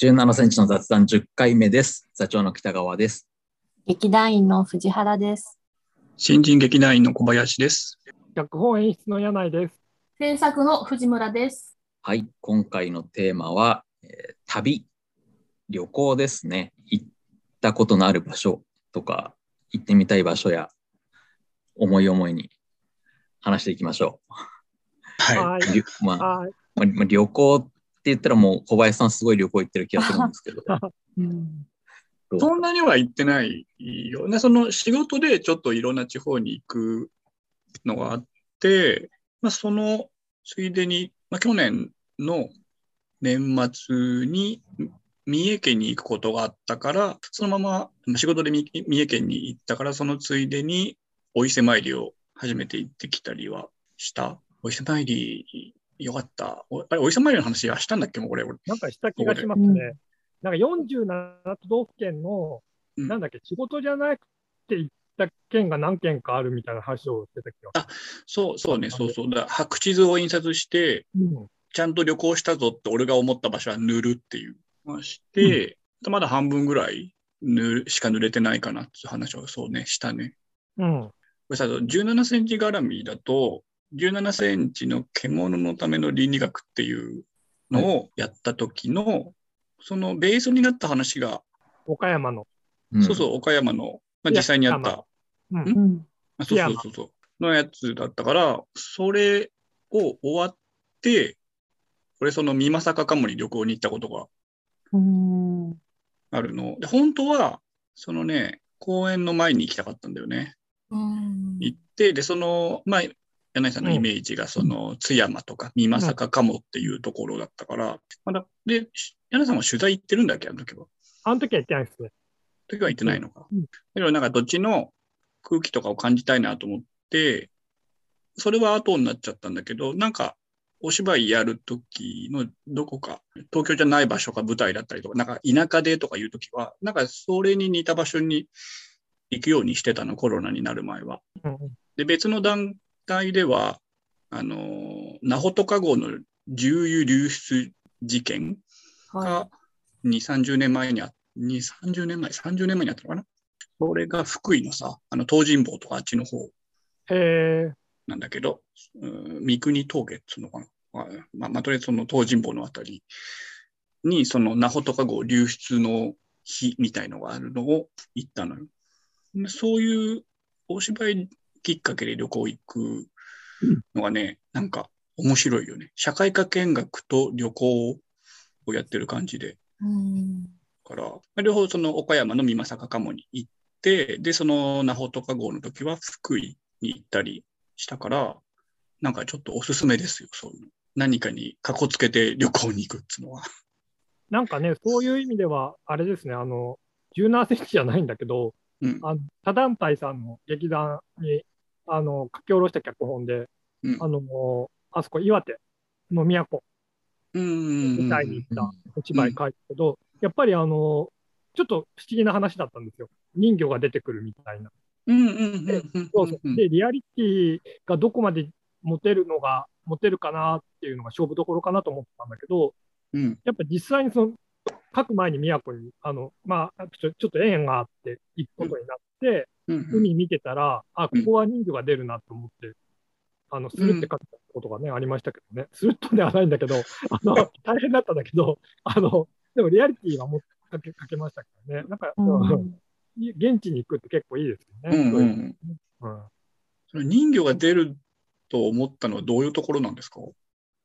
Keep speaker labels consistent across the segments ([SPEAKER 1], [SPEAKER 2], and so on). [SPEAKER 1] 17センチの雑談10回目です。座長の北川です。
[SPEAKER 2] 劇団員の藤原です。
[SPEAKER 3] 新人劇団員の小林です。
[SPEAKER 4] 脚本演出の柳井です。
[SPEAKER 5] 制作の藤村です。
[SPEAKER 1] はい、今回のテーマは、えー旅、旅行ですね。行ったことのある場所とか、行ってみたい場所や、思い思いに話していきましょ
[SPEAKER 3] は
[SPEAKER 4] は
[SPEAKER 1] う。
[SPEAKER 4] い。
[SPEAKER 1] りゅまあ
[SPEAKER 4] はい。
[SPEAKER 1] まあまあ旅行って言ったらもう小林さんすごい旅行行ってる気がするんですけど。。
[SPEAKER 2] うん、
[SPEAKER 3] い。そんなには行ってないよね。その仕事でちょっといろんな地方に行くのがあって、まあ、そのついでに、まあ、去年の年末にみ三重県に行くことがあったから、そのまままあ仕事でみ三重県に行ったから、そのついでにお伊勢参りを初めて行ってきたりはした。お伊勢参り、よかった。おあれ、お伊勢参りの話はしたんだっけもうこれ、俺。
[SPEAKER 4] なんかした気がしますね。なんか47都道府県の、
[SPEAKER 3] うん
[SPEAKER 4] なんだっけ、仕事じゃなくて行った県が何県かあるみたいな話をしてた気がす
[SPEAKER 3] そうそうね、そうそう。だから白地図を印刷して、
[SPEAKER 4] る。うん。
[SPEAKER 3] ちゃんと旅行したぞって俺が思った場所は塗るっていう。まあして、まだ半分ぐらい塗るしか塗れてないかなっていう話をそうね、したね。
[SPEAKER 4] うん。
[SPEAKER 3] これさ、17センチ絡みだと、17センチの獣のための倫理学っていうのをやった時の、そのベースになった話が、
[SPEAKER 4] 岡山の。
[SPEAKER 3] そうそうう、岡山の、まあ、実際にあっ
[SPEAKER 4] いや
[SPEAKER 3] た
[SPEAKER 4] うん。
[SPEAKER 3] ん
[SPEAKER 2] うん、
[SPEAKER 3] あそうそうそうそう。のやつだったから、それを終わって、俺その美作かもに旅行に行ったことが
[SPEAKER 2] うん、
[SPEAKER 3] あるの。で、本当は、そのね、公園の前に行きたかったんだよね。
[SPEAKER 5] うん
[SPEAKER 3] 行って、で、その、まあ、柳井さんのイメージが、その、津山とか美作かもっていうところだったから、まだ、で、し柳井さんは取材行ってるんだっけ、あの時は。
[SPEAKER 4] あの時は行ってないですね。
[SPEAKER 3] 時は行ってないのか。
[SPEAKER 4] うん
[SPEAKER 3] だけどなんかどっちの空気とかを感じたいなと思って、それは後になっちゃったんだけど、なんかお芝居やる時のどこか、東京じゃない場所が舞台だったりとか、なんか田舎でとかいう時は、なんかそれに似た場所に行くようにしてたの、コロナになる前は。
[SPEAKER 4] うん。
[SPEAKER 3] で、別の団体では、あのー、ナホトカ号の重油流出事件が2、30年前にあ2、30年前、30年前にあったのかなそれが福井のさ、あの、東尋坊とかあっちの方
[SPEAKER 4] へえ。
[SPEAKER 3] なんだけど、うん三国峠っつうのかなあまあ、まあ、とりあえずその東尋坊のあたりに、その、ナホトカ号流出の日みたいのがあるのを行ったのよ。でそういうお芝居きっかけで旅行行くのがね、なんか面白いよね。社会科見学と旅行をやってる感じで。
[SPEAKER 5] うん
[SPEAKER 3] から、まあ両方その岡山の美作かもに行って、で、その那穂とか号の時は福井に行ったりしたから、なんかちょっとおすすめですよ、そういうの。何かにかこつけて旅行に行くっつうのは。
[SPEAKER 4] なんかね、そういう意味では、あれですね、あの、17センチじゃないんだけど、
[SPEAKER 3] うん。
[SPEAKER 4] あの、多団体さんの劇団に、あの、書き下ろした脚本で、
[SPEAKER 3] うん
[SPEAKER 4] あの、あそこ、岩手の都
[SPEAKER 3] うん。
[SPEAKER 4] 舞台に行ったお芝居書いたけど、やっぱりあの、ちょっと不思議な話だったんですよ。人魚が出てくるみたいな。
[SPEAKER 3] うんうんうんうん。
[SPEAKER 4] そううんそううんで、リアリティがどこまで持てるのが、持てるかなっていうのが勝負どころかなと思ってたんだけど、
[SPEAKER 3] うん。
[SPEAKER 4] やっぱ実際にその、書く前に宮古に、あの、まあ、ちょちょっと縁があって行くことになって、
[SPEAKER 3] うんうん。
[SPEAKER 4] 海見てたら、あ、ここは人魚が出るなと思って、あの、スルって書いたことがね、ありましたけどね。スルッとではないんだ けど、あの、大変だったんだけど、あの、でもリアリティはもうかけかけましたけどね。なんか、うん現地に行くって結構いいですよ
[SPEAKER 3] う
[SPEAKER 4] ね。
[SPEAKER 3] ん
[SPEAKER 4] そううん
[SPEAKER 3] う。
[SPEAKER 4] いうんうん
[SPEAKER 3] それ人魚が出ると思ったのはどういうところなんですかう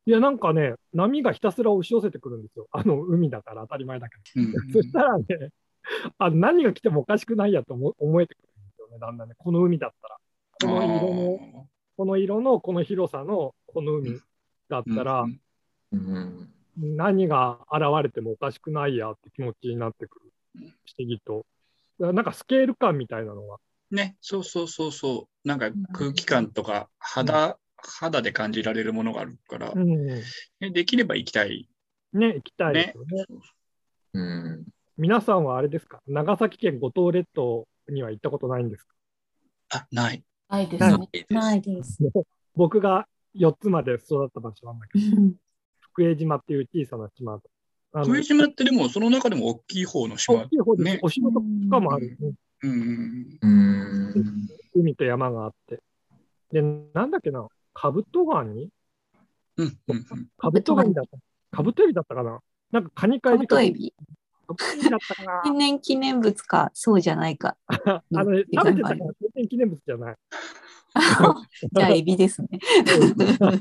[SPEAKER 4] いや、なんかね、波がひたすら押し寄せてくるんですよ。あの、海だから当たり前だけど。
[SPEAKER 3] ん。
[SPEAKER 4] そしたらね、あ何が来てもおかしくないやと思思えてくるんですよね、だんだんね。この海だったら。この色のこの色のこの広さのこの海だったら、
[SPEAKER 3] うん
[SPEAKER 1] うん
[SPEAKER 4] 何が現れてもおかしくないやって気持ちになってくる不思議と。だからなんかスケール感みたいなのが。
[SPEAKER 3] ね、そうそうそうそう。なんか空気感とか肌、肌で感じられるものがあるから、
[SPEAKER 4] ね、
[SPEAKER 3] ねできれば行きたい。
[SPEAKER 4] 行きたいですよね。
[SPEAKER 1] うん
[SPEAKER 4] 皆さんはあれですか長崎県五島列島には行ったことないんですか
[SPEAKER 3] あ、ない。
[SPEAKER 5] ないです
[SPEAKER 1] な
[SPEAKER 5] ね
[SPEAKER 1] いです
[SPEAKER 2] ないです。
[SPEAKER 4] 僕が4つまで育った場所なんだけど、
[SPEAKER 2] うん
[SPEAKER 4] 福江島っていう小さな島あの
[SPEAKER 3] 冬島ってでもその中でも大きい方の島
[SPEAKER 4] 大。きい方で、
[SPEAKER 3] ね
[SPEAKER 4] お城とかもある、ね
[SPEAKER 3] うんうん
[SPEAKER 1] うーん。
[SPEAKER 4] 海と山があって。で、なんだっけな、カブトガニ
[SPEAKER 3] うん。うんうんうん。
[SPEAKER 4] カブトガニだった。カブトエビだったかななんかカニカエ
[SPEAKER 2] カ
[SPEAKER 4] ビ
[SPEAKER 2] ブ
[SPEAKER 4] か
[SPEAKER 2] トエビ。
[SPEAKER 4] カブトエビだったか な
[SPEAKER 2] 天然記念物か、そうじゃない か。
[SPEAKER 4] あの、ね、食べてたから天然記念物じゃない。
[SPEAKER 2] じゃあ、エビですね。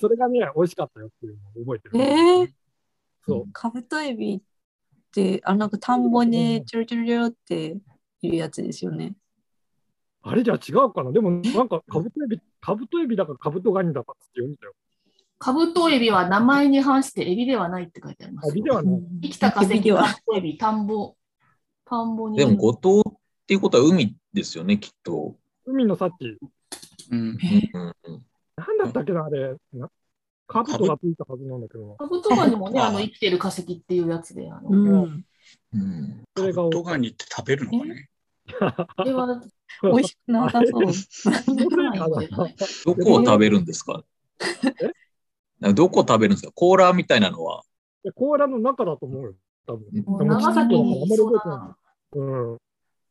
[SPEAKER 4] それがね、美味しかったよっていうのを覚えてる。
[SPEAKER 2] えー、
[SPEAKER 4] そう。
[SPEAKER 2] カブトエビって、あ、なんか田んぼでちょろちょろちょろっていうやつですよね。
[SPEAKER 4] あれじゃ違うかなでも、なんかカブトエビ、カブトエビだかカブトガニだかって言うんだよ。
[SPEAKER 5] カブトエビは名前に反してエビではないって書いてあります
[SPEAKER 4] エ。ビではね、
[SPEAKER 5] 生きた化
[SPEAKER 2] エ
[SPEAKER 5] 石
[SPEAKER 2] ビでは
[SPEAKER 5] カブトエビ、田んぼ。田んぼに。
[SPEAKER 1] でも、五島っていうことは海ですよね、きっと。
[SPEAKER 4] 海の幸、
[SPEAKER 3] うん
[SPEAKER 1] うんうん
[SPEAKER 4] なんだったっけな、あれ。なカブトがついたはずなんだけど、
[SPEAKER 5] カブトガニもね、
[SPEAKER 3] あ
[SPEAKER 5] あの生きてる化石っていうやつで、あの、
[SPEAKER 2] うん。
[SPEAKER 1] うん
[SPEAKER 4] それ
[SPEAKER 3] カ
[SPEAKER 4] が
[SPEAKER 3] ブトガニって食べるのかね。
[SPEAKER 5] あれは
[SPEAKER 2] 美味しくなさ そう。
[SPEAKER 5] 食べないんじゃない
[SPEAKER 1] どこを食べるんですかどこを食べるんですかコーラみたいなのは。
[SPEAKER 4] で甲羅の中だと思うよ、多分。
[SPEAKER 1] うん
[SPEAKER 5] もう長崎にいそうだな。
[SPEAKER 4] うん。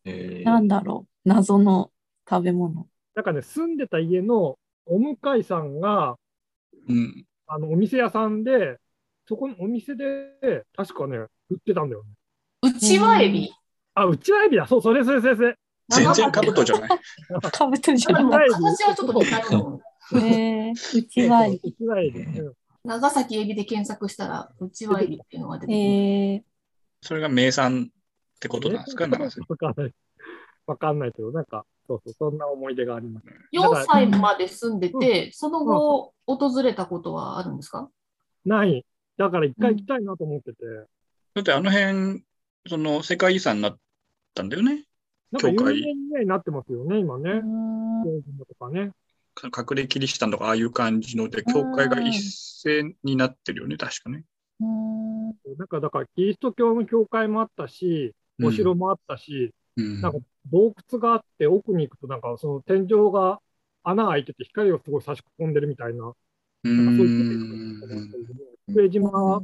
[SPEAKER 1] えー
[SPEAKER 2] なんだろう。謎の食べ物。
[SPEAKER 4] なんかね、住んでた家のお向かいさんが、
[SPEAKER 3] うん。
[SPEAKER 4] あの、お店屋さんで、そこのお店で、確かね、売ってたんだよね。
[SPEAKER 5] うちわエビ。
[SPEAKER 4] あ、うちわエビだ。そう、それそれそれそれ。
[SPEAKER 3] 全然カブトじゃない。
[SPEAKER 2] カブトじゃ
[SPEAKER 5] で
[SPEAKER 2] な
[SPEAKER 5] も
[SPEAKER 4] わエビ
[SPEAKER 5] 形はちょっと似たようなもの
[SPEAKER 2] い。えー、うちわエビ。
[SPEAKER 4] うちわエビ。うん
[SPEAKER 5] 長崎エビで検索したら、うちわエビっていうのが出てきます。
[SPEAKER 2] えー、
[SPEAKER 3] それが名産ってことなんですか、長崎。
[SPEAKER 4] わかんない。 わかんないけど、なんか、そうそう、そんな思い出があります。
[SPEAKER 5] 4歳まで住んでて、その後訪れたことはあるんですか
[SPEAKER 4] ない。だから一回行きたいなと思ってて。
[SPEAKER 3] だってあの辺、その世界遺産になったんだよね。
[SPEAKER 4] なんか有
[SPEAKER 3] 教会
[SPEAKER 4] 名にねなってますよね、今ね。教授とかね。
[SPEAKER 3] か隠れキリシタンとかああいう感じので、教会が一斉になってるよね、確かね。
[SPEAKER 4] なんか、だから、キリスト教の教会もあったし、お城もあったし、
[SPEAKER 3] うん
[SPEAKER 4] なんか洞窟があって、奥に行くと、なんか、その天井が穴開いてて、光がすごい差し込んでるみたいな、
[SPEAKER 3] う
[SPEAKER 4] なんかそういうことだと思うん
[SPEAKER 3] ん
[SPEAKER 4] ですけどね。上島は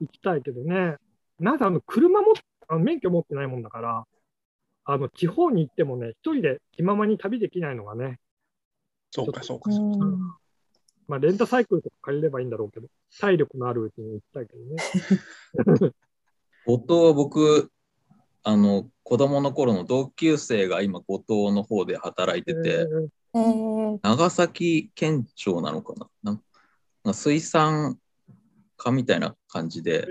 [SPEAKER 4] 行きたいけどね、なんかあの車もあの免許持ってないもんだから、あの地方に行ってもね、一人で気ままに旅できないのがね、
[SPEAKER 3] そうか、そうか。
[SPEAKER 4] まあ、レンタサイクルとか借りればいいんだろうけど、体力のあるうちに行きたいけどね。
[SPEAKER 1] 五島は僕、あの、子供の頃の同級生が今、五島の方で働いてて、
[SPEAKER 2] え
[SPEAKER 4] え
[SPEAKER 2] ー、
[SPEAKER 1] 長崎県庁なのかななんなんか水産課みたいな感じで
[SPEAKER 4] ー、え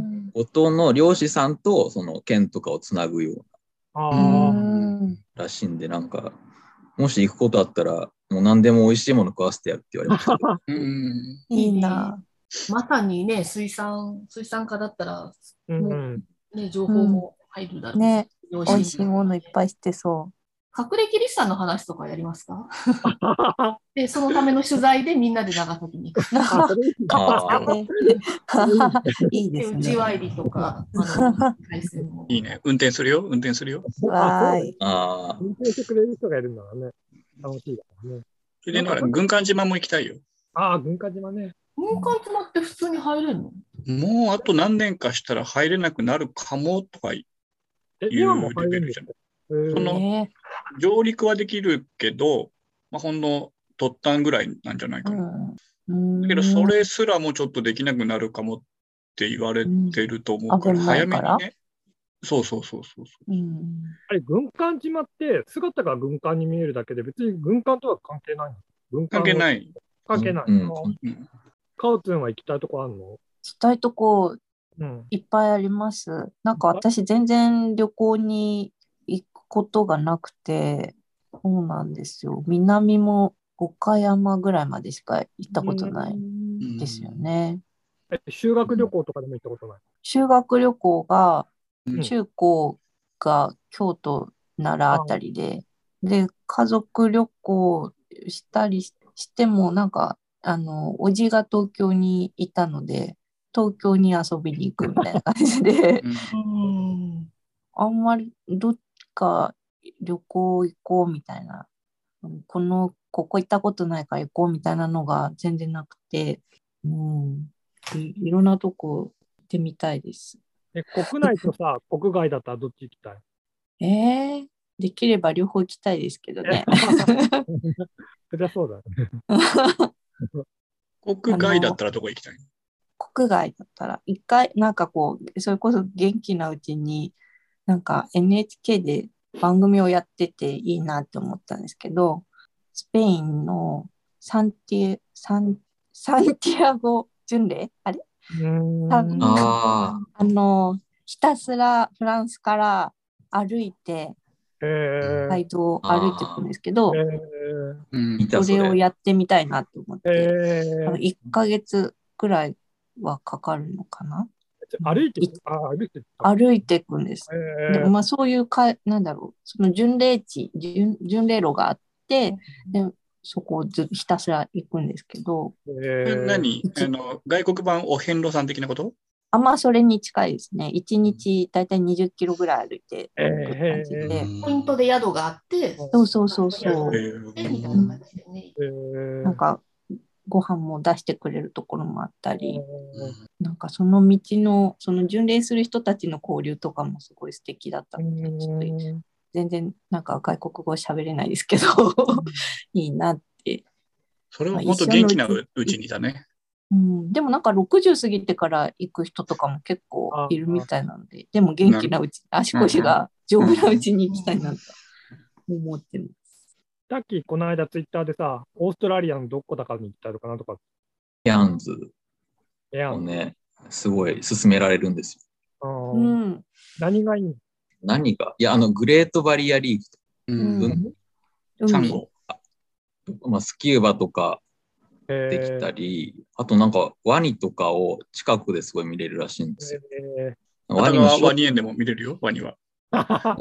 [SPEAKER 4] ー
[SPEAKER 1] 五島の漁師さんとその県とかをつなぐよう
[SPEAKER 4] あー
[SPEAKER 2] うん
[SPEAKER 1] ならしいんで、なんか、もし行くことあったら、もう何でも美味しいもの食わせてやるって言われました。
[SPEAKER 3] うん。
[SPEAKER 2] いいな。
[SPEAKER 5] まさにね、水産、水産科だったら、
[SPEAKER 4] う んうん
[SPEAKER 5] ね、情報も入るだろうし。
[SPEAKER 2] ね、
[SPEAKER 5] 美
[SPEAKER 2] 美味しいものいっぱいしてそ
[SPEAKER 5] 隠れキリシタンの話とかやりますかで、そのための取材でみんなで長崎に行く。
[SPEAKER 4] あそれいい
[SPEAKER 1] あ
[SPEAKER 2] う
[SPEAKER 1] ー。
[SPEAKER 2] いいで
[SPEAKER 5] ですうち
[SPEAKER 2] ね。
[SPEAKER 5] わエビとか、あの、海鮮も。
[SPEAKER 3] いいね。運転するよ、運転するよ。
[SPEAKER 2] わーい。
[SPEAKER 1] あー
[SPEAKER 4] 運転してくれる人がいるんだからね、楽しいからね。
[SPEAKER 3] それで、だから、軍艦島も行きたいよ。
[SPEAKER 4] ああ、軍艦島ね。
[SPEAKER 5] 民間泊まって普通に入れるの
[SPEAKER 3] もうあと何年かしたら入れなくなるかもとかい
[SPEAKER 4] え、
[SPEAKER 3] う
[SPEAKER 4] 今も入
[SPEAKER 3] レベ
[SPEAKER 4] れるん
[SPEAKER 3] ル
[SPEAKER 4] で
[SPEAKER 3] じ
[SPEAKER 4] す
[SPEAKER 3] ゃ
[SPEAKER 4] か
[SPEAKER 3] ない。
[SPEAKER 4] そ
[SPEAKER 3] その
[SPEAKER 2] ね、
[SPEAKER 3] 上陸はできるけど、まあ、ほんの突端ぐらいなんじゃないかな。
[SPEAKER 2] うん。
[SPEAKER 3] だけど、それすらもちょっとできなくなるかもって言われてると思うから、
[SPEAKER 2] うん危な
[SPEAKER 3] 早
[SPEAKER 2] い
[SPEAKER 3] め
[SPEAKER 2] か
[SPEAKER 3] に
[SPEAKER 2] ら
[SPEAKER 3] ね。そうそうそうそうそ
[SPEAKER 2] うん。
[SPEAKER 4] あれ、軍艦島って姿が軍艦に見えるだけで、別に軍艦とは関係ないの軍
[SPEAKER 3] う。関係
[SPEAKER 4] い。
[SPEAKER 3] ない。
[SPEAKER 4] 関係ない。
[SPEAKER 1] うん
[SPEAKER 3] うん
[SPEAKER 4] カオツンは行きたいとこあんの
[SPEAKER 2] したいとこ
[SPEAKER 4] うん。
[SPEAKER 2] いっぱいあります。なんか私全然旅行に行くことがなくて、そうなんですよ。南も岡山ぐらいまでしか行ったことない
[SPEAKER 3] うん
[SPEAKER 2] ですよね。
[SPEAKER 4] え、修学旅行とかでも行ったことない。
[SPEAKER 2] 修学旅行が
[SPEAKER 3] うん
[SPEAKER 2] 中高が京都、奈良あたりで、で、家族旅行したりししても、なんか、あの、おじが東京にいたので、東京に遊びに行くみたいな感じ で、
[SPEAKER 3] うん
[SPEAKER 5] うん。
[SPEAKER 2] あんまりどっか旅行行こうみたいな、この、ここ行ったことないから行こうみたいなのが全然なくて、うん、いいろんなとこ行ってみたいです。
[SPEAKER 4] え、国内と さ、国外だったらどっち行きたい
[SPEAKER 2] ええできれば両方行きたいですけどね。
[SPEAKER 4] そりゃそうだよね。
[SPEAKER 3] 国外だったらどこ行きたい
[SPEAKER 2] 国外だったら、一回、なんかこう、それこそ元気なうちに、なんか NHK で番組をやってていいなって思ったんですけど、スペインのサンティエ、サン、サンティアゴ巡礼あれ
[SPEAKER 4] うーん
[SPEAKER 2] 多分
[SPEAKER 1] あ
[SPEAKER 2] あの、ひたすらフランスから歩いて、
[SPEAKER 4] えー
[SPEAKER 2] 街道を歩いていくんですけど、
[SPEAKER 4] え
[SPEAKER 1] あ、いた
[SPEAKER 2] そ
[SPEAKER 1] そ
[SPEAKER 2] れ
[SPEAKER 1] れ
[SPEAKER 2] を。やってみたいなと思っ
[SPEAKER 4] ー
[SPEAKER 2] て、
[SPEAKER 4] え
[SPEAKER 2] 多分
[SPEAKER 4] ー
[SPEAKER 2] 1ヶ月くらいはかかるのかな
[SPEAKER 4] 歩いていく、あー歩いていった
[SPEAKER 2] 歩いていくんです。
[SPEAKER 4] え
[SPEAKER 2] で
[SPEAKER 4] ー
[SPEAKER 2] もまあそういうか、なんだろう、その巡礼地、巡巡礼路があって、でそこをずひたすら行くんですけど、
[SPEAKER 4] え
[SPEAKER 3] え
[SPEAKER 4] ー
[SPEAKER 3] 何あの外国版お遍路さん的なこと
[SPEAKER 2] あんまそれに近いですね。1日だいたい20キロぐらい歩いて
[SPEAKER 4] えー
[SPEAKER 2] いく感じで。
[SPEAKER 3] え
[SPEAKER 5] ポイントで宿があって、
[SPEAKER 2] そうそうそうそ
[SPEAKER 3] え
[SPEAKER 2] う。
[SPEAKER 5] でみたいな感じでね。
[SPEAKER 4] えー
[SPEAKER 2] なんかご飯も出してくれるところもあったり、
[SPEAKER 4] う
[SPEAKER 2] なんかその道の、その巡礼する人たちの交流とかもすごい素敵だったので、ちょっと
[SPEAKER 4] ん
[SPEAKER 2] 全然なんか外国語喋れないですけど、いいなって
[SPEAKER 3] それは本当元気なうちにだね。
[SPEAKER 2] うん、でもなんか60過ぎてから行く人とかも結構いるみたいなので、でも元気なうち、足腰が丈夫なうちに行きたいなと思ってます。
[SPEAKER 4] さっきこの間ツイッターでさ、オーストラリアのどこだかに行ったのかなとか、
[SPEAKER 1] ヤンズ
[SPEAKER 4] エア
[SPEAKER 1] を
[SPEAKER 4] ン、
[SPEAKER 1] ね、すごい勧められるんですよ。
[SPEAKER 4] あー
[SPEAKER 2] うん、
[SPEAKER 4] 何がいいの
[SPEAKER 1] 何がいや、あの、グレートバリアリーフ
[SPEAKER 2] うん
[SPEAKER 1] うん
[SPEAKER 3] サン
[SPEAKER 2] 海、
[SPEAKER 3] ゴ。
[SPEAKER 1] とか、まあ、スキューバとかできたり、あとなんかワニとかを近くですごい見れるらしいんですよ。
[SPEAKER 4] え
[SPEAKER 3] ワ
[SPEAKER 1] ワニ
[SPEAKER 3] ニ
[SPEAKER 1] の
[SPEAKER 3] は
[SPEAKER 1] ショ
[SPEAKER 3] ワ
[SPEAKER 1] ー
[SPEAKER 3] ニ園でも見れるよ、ワニは。
[SPEAKER 4] ー
[SPEAKER 1] ワワ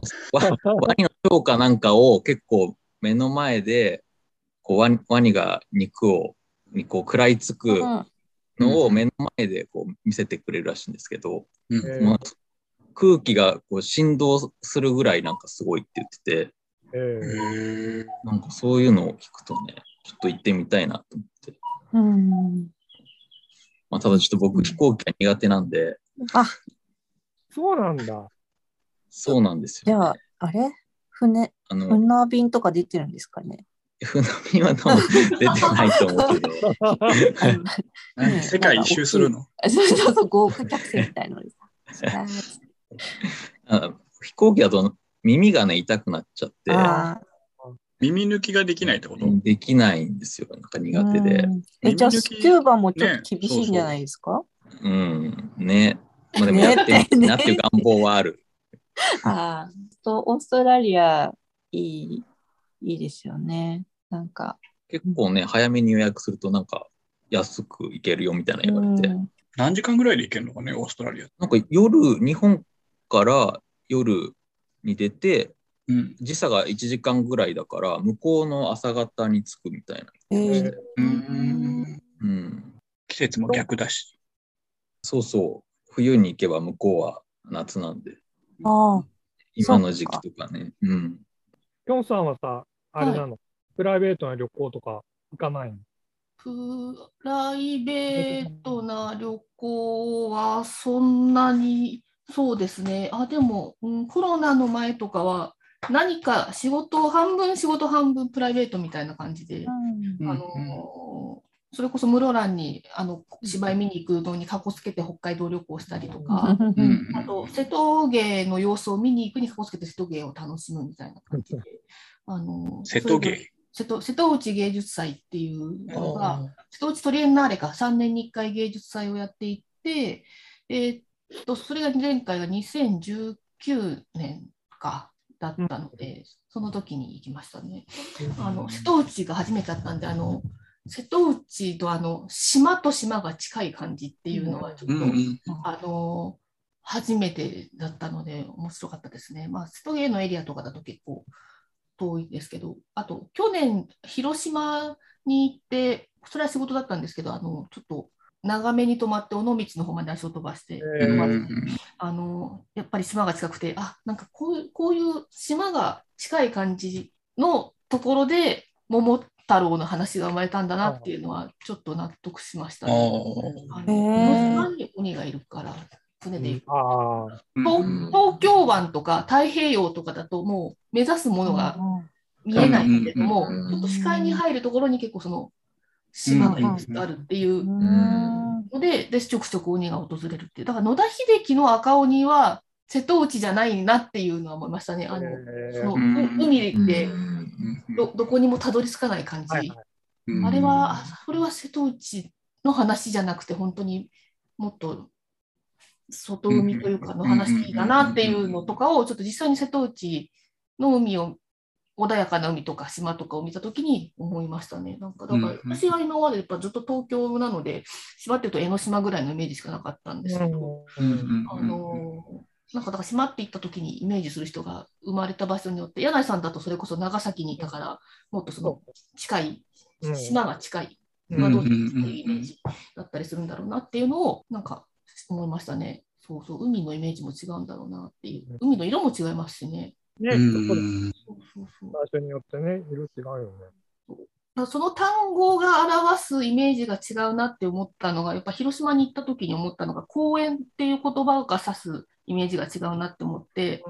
[SPEAKER 1] ニのショーかなんかを結構目の前でこうワニワニが肉をにこう食らいつく
[SPEAKER 2] うん
[SPEAKER 1] のを目の前でこう見せてくれるらしいんですけど、
[SPEAKER 3] うん
[SPEAKER 4] え
[SPEAKER 1] もう空気がこう振動するぐらいなんかすごいって言ってて
[SPEAKER 4] えー
[SPEAKER 3] え
[SPEAKER 1] なんかそういうのを聞くとねちょっと行ってみたいなと思って、
[SPEAKER 2] うん、
[SPEAKER 1] まあ、ただちょっと僕飛行機が苦手なんで
[SPEAKER 2] あ
[SPEAKER 4] そうなんだ。
[SPEAKER 1] そうなんです
[SPEAKER 2] じ
[SPEAKER 1] よ、
[SPEAKER 2] ゃ
[SPEAKER 1] ね
[SPEAKER 2] あ、あれ船
[SPEAKER 1] あの
[SPEAKER 2] 船便とか出てるんですかね。
[SPEAKER 1] 船便は多分出てないと思うけ ど
[SPEAKER 2] あ の
[SPEAKER 3] ー、世界一周するの
[SPEAKER 2] そうそうそう、豪華客船みたいなの です。
[SPEAKER 1] あ飛行機だと耳がね痛くなっちゃって
[SPEAKER 2] あ
[SPEAKER 3] 耳抜きができないってこと、
[SPEAKER 1] できないんですよなんか
[SPEAKER 2] ー
[SPEAKER 1] 苦手で
[SPEAKER 2] うんえ、じゃあ、
[SPEAKER 3] 耳抜
[SPEAKER 2] ス
[SPEAKER 3] き
[SPEAKER 2] キューバもちょっと厳しいんじゃないですか、
[SPEAKER 1] うんねまあでもやってみたいなっていう願望はある、
[SPEAKER 2] ああ、とオーストラリアいい、いいですよね。なんか、
[SPEAKER 1] 結構ね早めに予約するとなんか安く行けるよみたいな
[SPEAKER 2] う
[SPEAKER 1] 言われて、
[SPEAKER 2] ん
[SPEAKER 3] 何時間ぐらいで行けるのかね、オーストラリア。
[SPEAKER 1] なんか夜日本から夜に出て
[SPEAKER 3] うん。
[SPEAKER 1] 時差が1時間ぐらいだから向こうの朝方に着くみたいな、
[SPEAKER 2] えー
[SPEAKER 3] うん
[SPEAKER 1] うん、
[SPEAKER 3] 季節も逆だし。
[SPEAKER 1] そうそう冬に行けば向こうは夏なんで
[SPEAKER 2] ああ、
[SPEAKER 1] 今の時期とかねうん
[SPEAKER 4] きょんさんはさ、あれなの、プライベートな旅行とか行かないの
[SPEAKER 5] プライベートな旅行はそんなに、そうですね。あ、でも、うん、コロナの前とかは、何か仕事、半分仕事、半分プライベートみたいな感じで、
[SPEAKER 2] うん
[SPEAKER 5] あのそれこそ室蘭にあの芝居見に行くのにかこつけて北海道旅行したりとか、
[SPEAKER 3] うんうん
[SPEAKER 5] あと瀬戸芸の様子を見に行くにかこつけて瀬戸芸を楽しむみたいな感じで。あの
[SPEAKER 3] 瀬戸
[SPEAKER 5] それが
[SPEAKER 3] 芸。
[SPEAKER 5] 瀬戸瀬戸内芸術祭っていうのが
[SPEAKER 3] あ
[SPEAKER 5] 瀬戸内トリエンナーレか3年に1回芸術祭をやっていて、えーっとそれが前回が2019年かだったので、その時に行きましたね。あの瀬戸内が初めてだったんであの瀬戸内とあの島と島が近い感じっていうのはちょっ
[SPEAKER 3] う
[SPEAKER 5] と、
[SPEAKER 3] んうん
[SPEAKER 5] あの初めてだったので面白かったですね。まあ、瀬戸芸のエリアとかだと結構遠いですけど、あと去年、広島に行って、それは仕事だったんですけど、あのちょっと長めに泊まって、尾道の方まで足を飛ばして、
[SPEAKER 4] えー
[SPEAKER 5] まああのやっぱり島が近くて、あなんかこういうこういう島が近い感じのところで、桃太郎の話が生まれたんだなっていうのは、ちょっと納得しました
[SPEAKER 3] あ
[SPEAKER 5] ね。
[SPEAKER 3] ー
[SPEAKER 5] あの
[SPEAKER 2] へー
[SPEAKER 5] ノスに鬼がいるから、船で行く。
[SPEAKER 4] ああ、
[SPEAKER 5] 東
[SPEAKER 3] うん
[SPEAKER 5] 東京湾とか太平洋とかだと、もう目指すものが見えないけれども、
[SPEAKER 1] うん
[SPEAKER 5] ちょっと視界に入るところに結構その島がいくつかあるっていう
[SPEAKER 2] うん
[SPEAKER 5] ので、で、ちょくちょく鬼が訪れるっていう。だから野田秀樹の赤鬼は瀬戸内じゃないなっていうのは思いましたね。あの、
[SPEAKER 4] え
[SPEAKER 5] そ
[SPEAKER 4] ー
[SPEAKER 5] の
[SPEAKER 3] うん
[SPEAKER 5] 海で
[SPEAKER 3] うん
[SPEAKER 5] どどこにもたどり着かない感じ。
[SPEAKER 4] はいはい
[SPEAKER 3] うん
[SPEAKER 5] あれは、あそれは瀬戸内の話じゃなくて、本当にもっと外海というかの話だなっていうのとかを、ちょっと実際に瀬戸内の海を、穏やかな海とか島とかを見たときに思いましたね。なんかだから
[SPEAKER 3] うん
[SPEAKER 5] 私は今までやっぱずっと東京なので、島っていうと江ノ島ぐらいのイメージしかなかったんですけど、
[SPEAKER 3] うんうん
[SPEAKER 5] あのーなんかだから島って行った時にイメージする人が生まれた場所によって柳井さんだとそれこそ長崎にいたからもっとその近い、
[SPEAKER 4] うん
[SPEAKER 5] 島が近い
[SPEAKER 4] うん
[SPEAKER 5] 島同士っていうイメージだったりするんだろうなっていうのをなんか思いましたね。そうそう海のイメージも違うんだろうなっていう海の色も違いますしね。
[SPEAKER 4] ね、
[SPEAKER 3] う
[SPEAKER 4] ちょっと
[SPEAKER 3] ん
[SPEAKER 5] そうそうそう
[SPEAKER 4] 場所によってね、色違うよね。
[SPEAKER 5] だからその単語が表すイメージが違うなって思ったのが、やっぱ広島に行った時に思ったのが、公園っていう言葉が指すイメージが違うなって思って、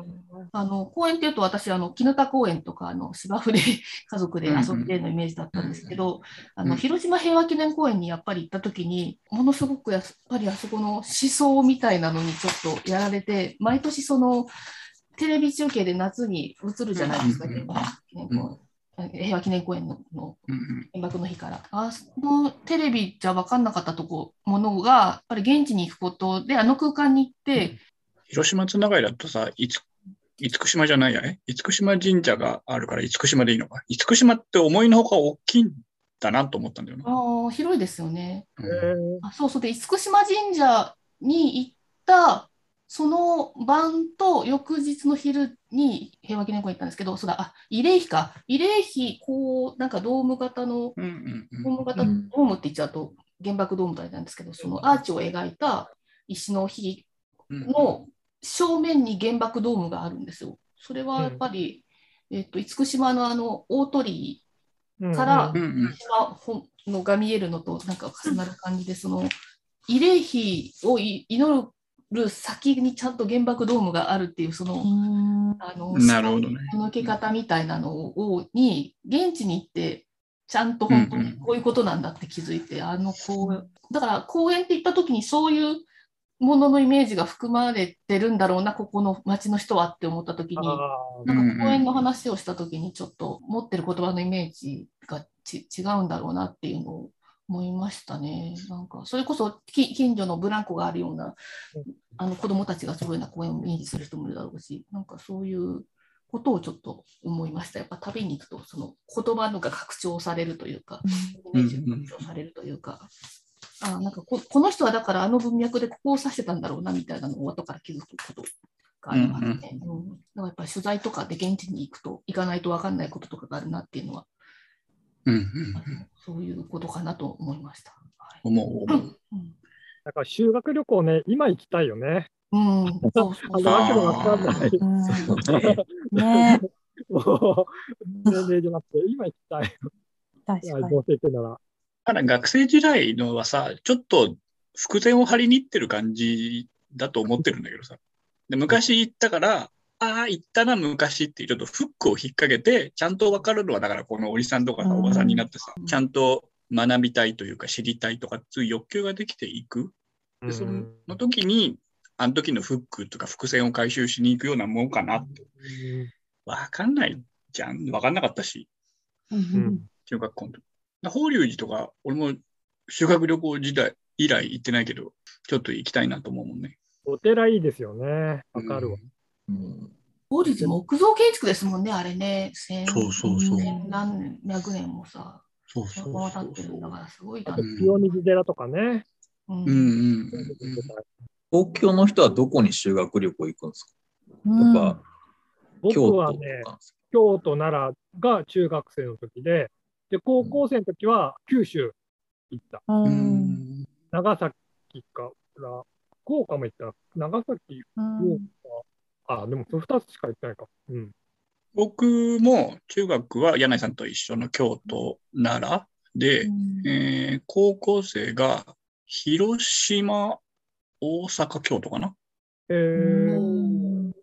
[SPEAKER 5] あの公園っていうと私、あの絹田公園とかあの芝生で家族で遊んでのイメージだったんですけど、あ
[SPEAKER 3] うん
[SPEAKER 5] の広島平和記念公園にやっぱり行った時に、ものすごくやっぱりあそこの思想みたいなのにちょっとやられて、毎年そのテレビ中継で夏に映るじゃないですか、
[SPEAKER 3] うん
[SPEAKER 5] 平和記念公園平和記念公園のの
[SPEAKER 3] うん
[SPEAKER 5] 原爆の日から。あそのテレビじゃ分かんなかったとこものが、やっぱり現地に行くことで、あの空間に行って、
[SPEAKER 3] 広島つながりだとさ、いつ厳島じゃないやね。厳島神社があるから厳島でいいのか。厳島って思いのほか大きいんだなと思ったんだよな。
[SPEAKER 5] ああ広いですよね。
[SPEAKER 4] え
[SPEAKER 3] うん
[SPEAKER 5] あそうそうで、厳島神社に行ったその晩と翌日の昼に平和記念公園行ったんですけど、そうだ、あ慰霊碑か、慰霊碑、こう、なんかドーム型の、
[SPEAKER 3] うんうん
[SPEAKER 5] ドーム型、
[SPEAKER 1] うん
[SPEAKER 5] ドームって言っちゃうと原爆ドームみたいなんですけど、そのアーチを描いた石の碑
[SPEAKER 3] うん
[SPEAKER 5] の正面に原爆ドームがあるんですよ。それはやっぱり、えっと厳島のあの大鳥
[SPEAKER 4] う
[SPEAKER 5] 居
[SPEAKER 4] ん
[SPEAKER 5] から
[SPEAKER 3] うんうん
[SPEAKER 5] 島本のが見えるのとなんか重なる感じで、その慰霊碑をい祈る先にちゃんと原爆ドームがあるっていうそのあの
[SPEAKER 3] なるほどね
[SPEAKER 5] 島の抜け方みたいなのをに現地に行ってちゃんと本当にこういうことなんだって気づいて、あの公園だから公園って行った時にそういうもののイメージが含まれてるんだろうなここの町の人はって思った時にな
[SPEAKER 4] あー
[SPEAKER 5] んか公園の話をした時にちょっと持ってる言葉のイメージがち違うんだろうなっていうのを思いましたねなんかそれこそき近所のブランコがあるようなあの子供たちがそういうような公園をイメージする人もいるだろうしなんかそういうことをちょっと思いましたやっぱ旅に行くとその言葉のが拡張されるというかイメージが拡張されるというか、あなんかここの人はだからあの文脈でここを指してたんだろうなみたいなのを後から気づくことがありますね。うんだからやっぱり取材とかで現地に行くと行かないと分かんないこととかがあるなっていうのは、
[SPEAKER 3] うんうん
[SPEAKER 5] そういうことかなと思いました。はい
[SPEAKER 3] 思う思う。
[SPEAKER 5] うん
[SPEAKER 4] だから修学旅行ね、今行きたいよね。
[SPEAKER 5] うん、そう
[SPEAKER 4] あ
[SPEAKER 5] そ
[SPEAKER 4] の、
[SPEAKER 5] うそう
[SPEAKER 4] わけもわかんない。
[SPEAKER 1] ね
[SPEAKER 2] ね
[SPEAKER 4] もう、年齢じゃなくて、今行きたい。
[SPEAKER 2] 確かに。
[SPEAKER 4] どうせ行くなら。
[SPEAKER 3] ただ学生時代のはさ、ちょっと伏線を張りに行ってる感じだと思ってるんだけどさ。で昔行ったから、ああ、行ったな、昔って、ちょっとフックを引っ掛けて、ちゃんと分かるのは、だからこのおじさんとかさ
[SPEAKER 2] うん
[SPEAKER 3] おばさんになってさ、ちゃんと学びたいというか、知りたいとかっていう欲求ができていく。でそのの時に、あの時のフックとか伏線を回収しに行くようなもんかなって。分かんないじゃん。分かんなかったし。
[SPEAKER 4] うん
[SPEAKER 3] 中学校の時。だ法隆寺とか、俺も修学旅行時代以来行ってないけど、ちょっと行きたいなと思うもんね。
[SPEAKER 4] お寺いいですよね。わかるわ。
[SPEAKER 1] うん
[SPEAKER 5] 法律木造建築ですもんね、あれね。千
[SPEAKER 3] そうそうそう
[SPEAKER 5] 千何百年もさ、
[SPEAKER 3] そう
[SPEAKER 5] そのまま経ってるんだから、すごい
[SPEAKER 4] あ
[SPEAKER 5] な
[SPEAKER 4] と。、清水寺とかね。
[SPEAKER 5] う
[SPEAKER 3] うんん
[SPEAKER 4] うん
[SPEAKER 1] 東京の人はどこに修学旅行行くんですか、やっぱ京
[SPEAKER 4] 僕
[SPEAKER 1] 都
[SPEAKER 4] は
[SPEAKER 1] と
[SPEAKER 4] ね、
[SPEAKER 1] かです
[SPEAKER 4] 京都、奈良が中学生の時で、で、高校生の時は九州行った。
[SPEAKER 3] う
[SPEAKER 2] うん
[SPEAKER 3] ん。
[SPEAKER 4] 長崎から、福岡も行った。長崎、
[SPEAKER 2] う
[SPEAKER 4] 福岡、あ、でもその2つしか行ってないか。うん。
[SPEAKER 3] 僕も中学は柳井さんと一緒の京都、奈良で、
[SPEAKER 5] うん
[SPEAKER 3] えー高校生が広島、大阪、京都かな。
[SPEAKER 4] えー、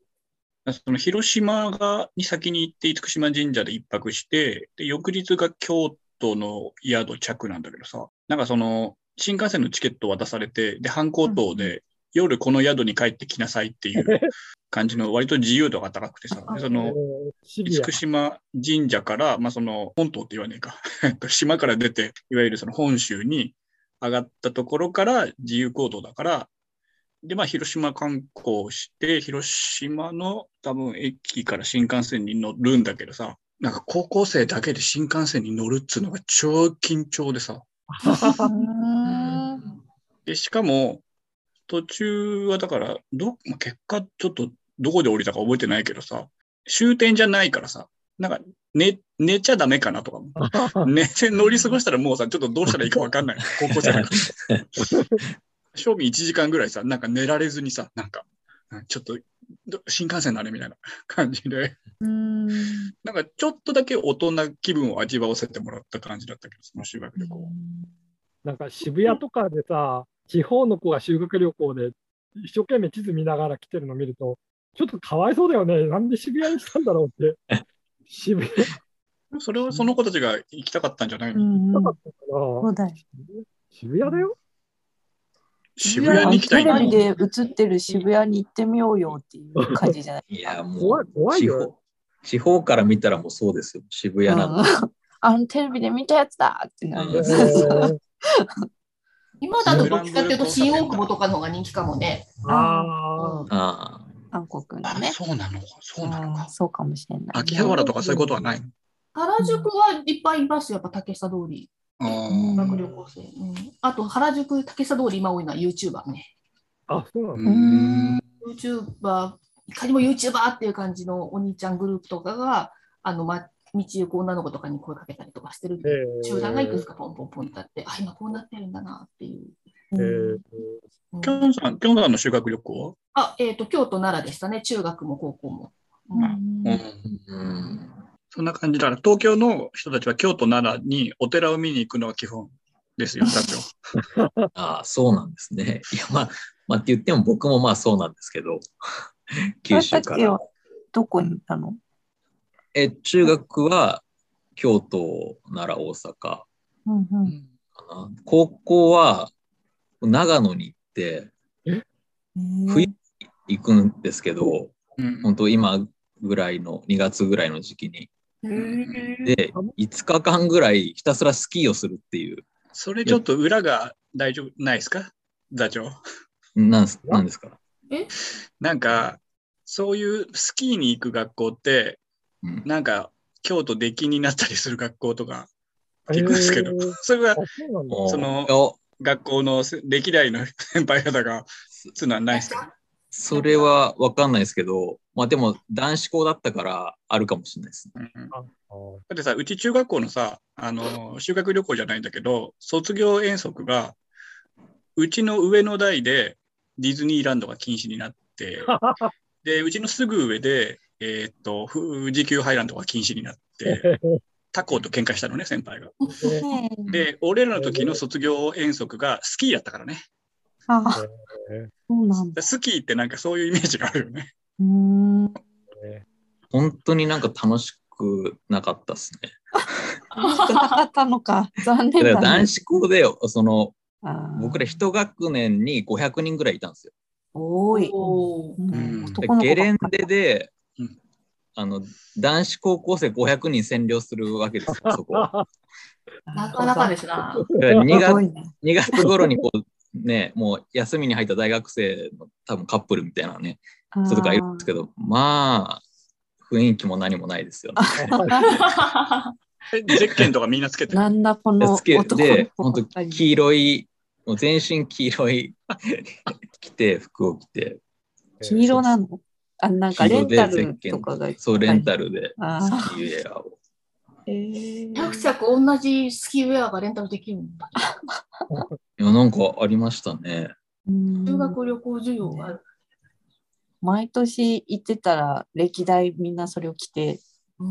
[SPEAKER 3] その広島がに先に行って、厳島神社で一泊して、で翌日が京都の宿着なんだけどさ、なんかその新幹線のチケット渡されて、で、反抗等で、夜この宿に帰ってきなさいっていう感じの、割と自由度が高くてさ、でそ
[SPEAKER 4] え
[SPEAKER 3] の
[SPEAKER 4] ーシビア
[SPEAKER 3] 厳。 島神社から、まあ、その本島って言わねえか えっと島から出ていわゆるその本州に上がったところから自由行動だからで、まあ、広島観光して広島の多分駅から新幹線に乗るんだけどさなんか高校生だけで新幹線に乗るっつうのが超緊張でさでしかも途中はだからど、まあ結果ちょっとどこで降りたか覚えてないけどさ終点じゃないからさなんか寝寝ちゃダメかなとかも寝て乗り過ごしたらもうさ、ちょっとどうしたらいいかわかん ない。高校生なんか。正味1時間ぐらいさ、なんか寝られずにさ、なんか、うんちょっとど新幹線のあれみたいな感じで、なんかちょっとだけ大人気分を味わわせてもらった感じだったけど、その修学旅行。
[SPEAKER 4] なんか渋谷とかでさ、地方の子が修学旅行で一生懸命地図見ながら来てるの見ると、ちょっとかわいそうだよね。なんで渋谷にしたんだろうって。渋谷だか
[SPEAKER 3] それをその子たちが行きたかったんじゃないの、
[SPEAKER 2] そ
[SPEAKER 4] ら、
[SPEAKER 2] うだよ
[SPEAKER 4] 渋谷 だよ。
[SPEAKER 3] 渋谷に行きたい
[SPEAKER 2] テ
[SPEAKER 3] の
[SPEAKER 2] レビ
[SPEAKER 3] に。
[SPEAKER 2] で映ってる渋谷に行ってみようよっていう感じじゃない。
[SPEAKER 1] いや、もう
[SPEAKER 4] 怖い怖い
[SPEAKER 1] 地
[SPEAKER 4] よ。
[SPEAKER 1] 方地方から見たらもうそうですよ。渋谷なんて。
[SPEAKER 2] うん あのテレビで見たやつだってな
[SPEAKER 4] え
[SPEAKER 2] る。
[SPEAKER 4] ー
[SPEAKER 5] 今だとどっちかっていうと新大久保とかの方が人気かもね。
[SPEAKER 4] あー
[SPEAKER 1] ああ。
[SPEAKER 2] 韓国
[SPEAKER 3] あ
[SPEAKER 2] の、ね。
[SPEAKER 3] そうなのか、そうなの
[SPEAKER 2] あ
[SPEAKER 3] か
[SPEAKER 2] ー。そうかもしれない。
[SPEAKER 3] 秋葉原とかそういうことはないの
[SPEAKER 5] 原宿はいっぱいいますよ、やっぱ竹下通り、
[SPEAKER 3] あ
[SPEAKER 2] うん
[SPEAKER 3] ー
[SPEAKER 5] 学旅行生。うんあと原宿、竹下通り、今多いのは YouTuber ね。
[SPEAKER 4] あ、そうな
[SPEAKER 3] う
[SPEAKER 4] の、
[SPEAKER 3] ん
[SPEAKER 5] YouTuber、いかにも YouTuber っていう感じのお兄ちゃんグループとかが、あの、ま、道行く女の子とかに声かけたりとかしてる
[SPEAKER 4] えー
[SPEAKER 5] 集団がいくつかポンポンポンってあって、あ、今こうなってるんだなっていう。
[SPEAKER 4] え
[SPEAKER 2] うん
[SPEAKER 4] ー
[SPEAKER 5] うん
[SPEAKER 3] きょんさん、きょんさんの修学旅行は
[SPEAKER 5] あ、えっ、と、京都奈良でしたね、中学も高校も。うん
[SPEAKER 3] うん
[SPEAKER 1] うん。
[SPEAKER 3] そんな感じだから、東京の人たちは京都、奈良にお寺を見に行くのが基本ですよ、だと。
[SPEAKER 1] ああ、そうなんですね。いや、まあ、まあって言っても僕もまあそうなんですけど、 九州から
[SPEAKER 2] あさっ。きはどこにいたの
[SPEAKER 1] え、中学は京都、奈良、大阪か
[SPEAKER 2] うんうん
[SPEAKER 1] な。高校は長野に行って冬行くんですけど、
[SPEAKER 3] うん
[SPEAKER 1] 本当今ぐらいの、2月ぐらいの時期に。で、5日間ぐらいひたすらスキーをするっていう、
[SPEAKER 3] それちょっと裏が大丈夫ないですか座長。
[SPEAKER 1] なんすなんですか。
[SPEAKER 3] なんか、そういうスキーに行く学校って、
[SPEAKER 1] うん
[SPEAKER 3] なんか、京都出禁になったりする学校とか聞くんですけど、
[SPEAKER 4] えー
[SPEAKER 3] それは
[SPEAKER 4] あそうなんだ。
[SPEAKER 1] もう
[SPEAKER 3] その
[SPEAKER 1] いや
[SPEAKER 3] 学校のせ歴代の先輩方が、つうのはないですか
[SPEAKER 1] それは分かんないですけど、まあでも男子校だったからあるかもしれないですね。
[SPEAKER 3] うん
[SPEAKER 4] あ ー
[SPEAKER 3] だってさ、うち中学校のさ、あの、修学旅行じゃないんだけど、卒業遠足が、うちの上の代でディズニーランドが禁止になって、で、うちのすぐ上で、えーっと、富士急ハイランドが禁止になって、他校と喧嘩したのね、先輩が。で、俺らの時の卒業遠足がスキーだったからね。
[SPEAKER 2] ああ、そうなんだ。
[SPEAKER 3] スキーってなんかそういうイメージがあるよね。
[SPEAKER 2] うーん。
[SPEAKER 1] 本当になんか楽しくなかったですね。
[SPEAKER 2] なかったのか。残
[SPEAKER 1] だ
[SPEAKER 2] 念
[SPEAKER 1] から
[SPEAKER 2] だ、ね。
[SPEAKER 1] 男子校で、その、
[SPEAKER 2] あー
[SPEAKER 1] 僕ら一学年に500人ぐらいいたんですよ。
[SPEAKER 2] 多い。
[SPEAKER 5] おー
[SPEAKER 2] うん
[SPEAKER 3] うん
[SPEAKER 2] 男の子ばっかり
[SPEAKER 1] ゲレンデで
[SPEAKER 3] うん、
[SPEAKER 1] あの、男子高校生500人占領するわけですよ、 そこ。だ か
[SPEAKER 5] なかなかですな。
[SPEAKER 1] ら2
[SPEAKER 2] すご
[SPEAKER 1] 月
[SPEAKER 2] いね。
[SPEAKER 1] 2月頃にこう、ね、もう休みに入った大学生の多分カップルみたいなね、人とかいるんですけど、まあ、雰囲気も何もないですよね。
[SPEAKER 3] でゼッケンとかみんなつけて
[SPEAKER 2] あー。なんだこの
[SPEAKER 1] つけ
[SPEAKER 2] 男の子
[SPEAKER 1] で、本
[SPEAKER 2] ばっか
[SPEAKER 1] 当
[SPEAKER 2] り
[SPEAKER 1] 黄色い、もう全身黄色い着て、服を着て、
[SPEAKER 2] 黄色なのあ、なんか
[SPEAKER 1] 黄
[SPEAKER 2] レ
[SPEAKER 1] 色
[SPEAKER 2] ン
[SPEAKER 1] で
[SPEAKER 2] タ
[SPEAKER 1] ゼ
[SPEAKER 2] ル
[SPEAKER 1] ッケ
[SPEAKER 2] と
[SPEAKER 1] ン
[SPEAKER 2] かが。
[SPEAKER 1] そう、レン
[SPEAKER 2] ル。
[SPEAKER 1] タルで
[SPEAKER 2] あ
[SPEAKER 1] スキーウェアを。
[SPEAKER 2] ーえー
[SPEAKER 5] 着々同じスキーウェアがレンタルできるんだ。
[SPEAKER 1] いや、なんかありましたね。
[SPEAKER 2] うん
[SPEAKER 5] 修学旅行需要がある。
[SPEAKER 2] 毎年行ってたら、歴代みんなそれを着て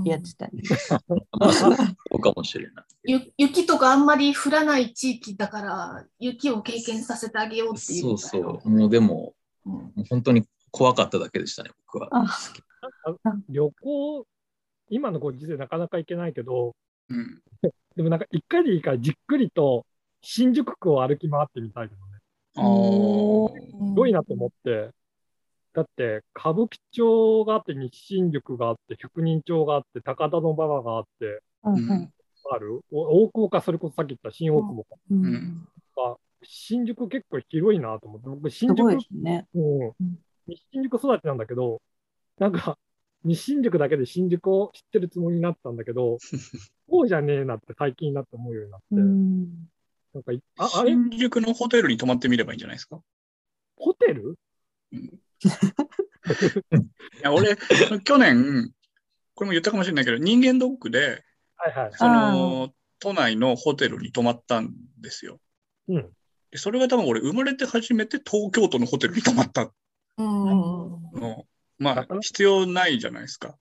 [SPEAKER 2] やってたり、
[SPEAKER 1] まあ、そうかもしれない。
[SPEAKER 5] ゆ雪とかあんまり降らない地域だから、雪を経験させてあげようっていう。
[SPEAKER 1] そうそう。もうでも、
[SPEAKER 5] うん。
[SPEAKER 1] もう本当に怖かっただけでしたね、僕は。
[SPEAKER 2] あ
[SPEAKER 4] 旅行、今のご時世なかなか行けないけど、
[SPEAKER 3] うん。
[SPEAKER 4] でもなんか一回でいいからじっくりと新宿区を歩き回ってみたいけどね。
[SPEAKER 3] あー
[SPEAKER 4] すごいなと思って。だって、歌舞伎町があって、日新宿があって、百人町があって、高田馬場があって、
[SPEAKER 2] うん
[SPEAKER 3] うん
[SPEAKER 4] あるお大久保か、それこそさっき言った新大久保か。
[SPEAKER 2] うん
[SPEAKER 3] うん
[SPEAKER 4] 新宿結構広いなと思って、僕、新
[SPEAKER 2] すごい
[SPEAKER 4] 宿
[SPEAKER 2] ですね。
[SPEAKER 4] うん
[SPEAKER 2] うん
[SPEAKER 4] 西新宿育ちなんだけど、なんか、西新宿だけで新宿を知ってるつもりになったんだけ ど、そうじゃねえなって最近になって思うようになって、
[SPEAKER 2] うん
[SPEAKER 4] なんかい、ああれ
[SPEAKER 3] 新宿のホテルに泊まってみればいいんじゃないですか
[SPEAKER 4] ホテル
[SPEAKER 3] いや俺、 去年、これも言ったかもしれないけど、人間ドックで、
[SPEAKER 4] はいはい。
[SPEAKER 3] その、都内のホテルに泊まったんですよ。
[SPEAKER 4] うん。
[SPEAKER 3] でそれが多分俺、生まれて初めて東京都のホテルに泊まった
[SPEAKER 5] うん。
[SPEAKER 3] の。まあ、必要ないじゃないですか。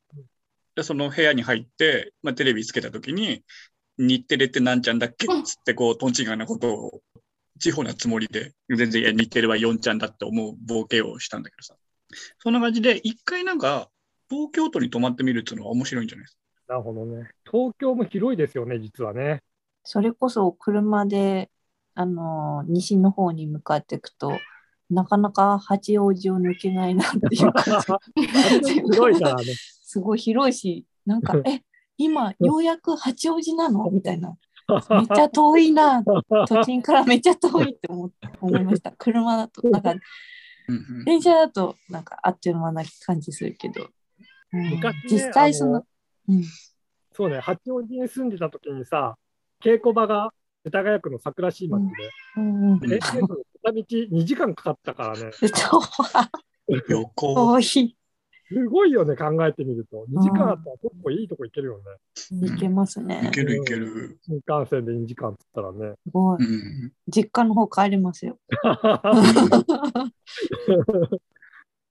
[SPEAKER 3] で、その部屋に入って、まあ、テレビつけたときに、日テレってなんちゃんだっけっつって、こう、とんちがなことを、地方なつもりで、全然、いや、日テレは4ちゃんだって思う冒険をしたんだけどさ。そんな感じで、一回なんか、東京都に泊まってみるっていうのは面白いんじゃないですか。
[SPEAKER 4] なるほどね。東京も広いですよね、実 はね。
[SPEAKER 2] それこそ車で、あのー西の方に向かっていくと、なかなか八王子を抜けないなっ ていうか、
[SPEAKER 4] 広いからね。
[SPEAKER 2] すごい広いし、な んか、え、今、ようやく八王子なのみたいな。めっちゃ遠いな、 都心からめっちゃ遠いって思っ思いました。車だと、なんか、
[SPEAKER 3] うんうん
[SPEAKER 2] 電車だと、なんか、あっという間な感じするけど。うん
[SPEAKER 4] 昔ね
[SPEAKER 2] 実際、そ
[SPEAKER 4] あ
[SPEAKER 2] の、うん、
[SPEAKER 4] そうね、八王子に住んでた時にさ、稽古場が世田谷区の桜新町
[SPEAKER 2] うん、うん
[SPEAKER 4] で、え片道2時間かかったからね。
[SPEAKER 3] 旅行。
[SPEAKER 2] 遠い。
[SPEAKER 4] すごいよね、考えてみると。2時間あったら結構いいとこ行けるよね。
[SPEAKER 2] いけますね
[SPEAKER 3] い。けるいける。
[SPEAKER 4] 新幹線で2時間っつった らね。
[SPEAKER 2] すごい。
[SPEAKER 3] うん。
[SPEAKER 2] 実家の方帰れますよ。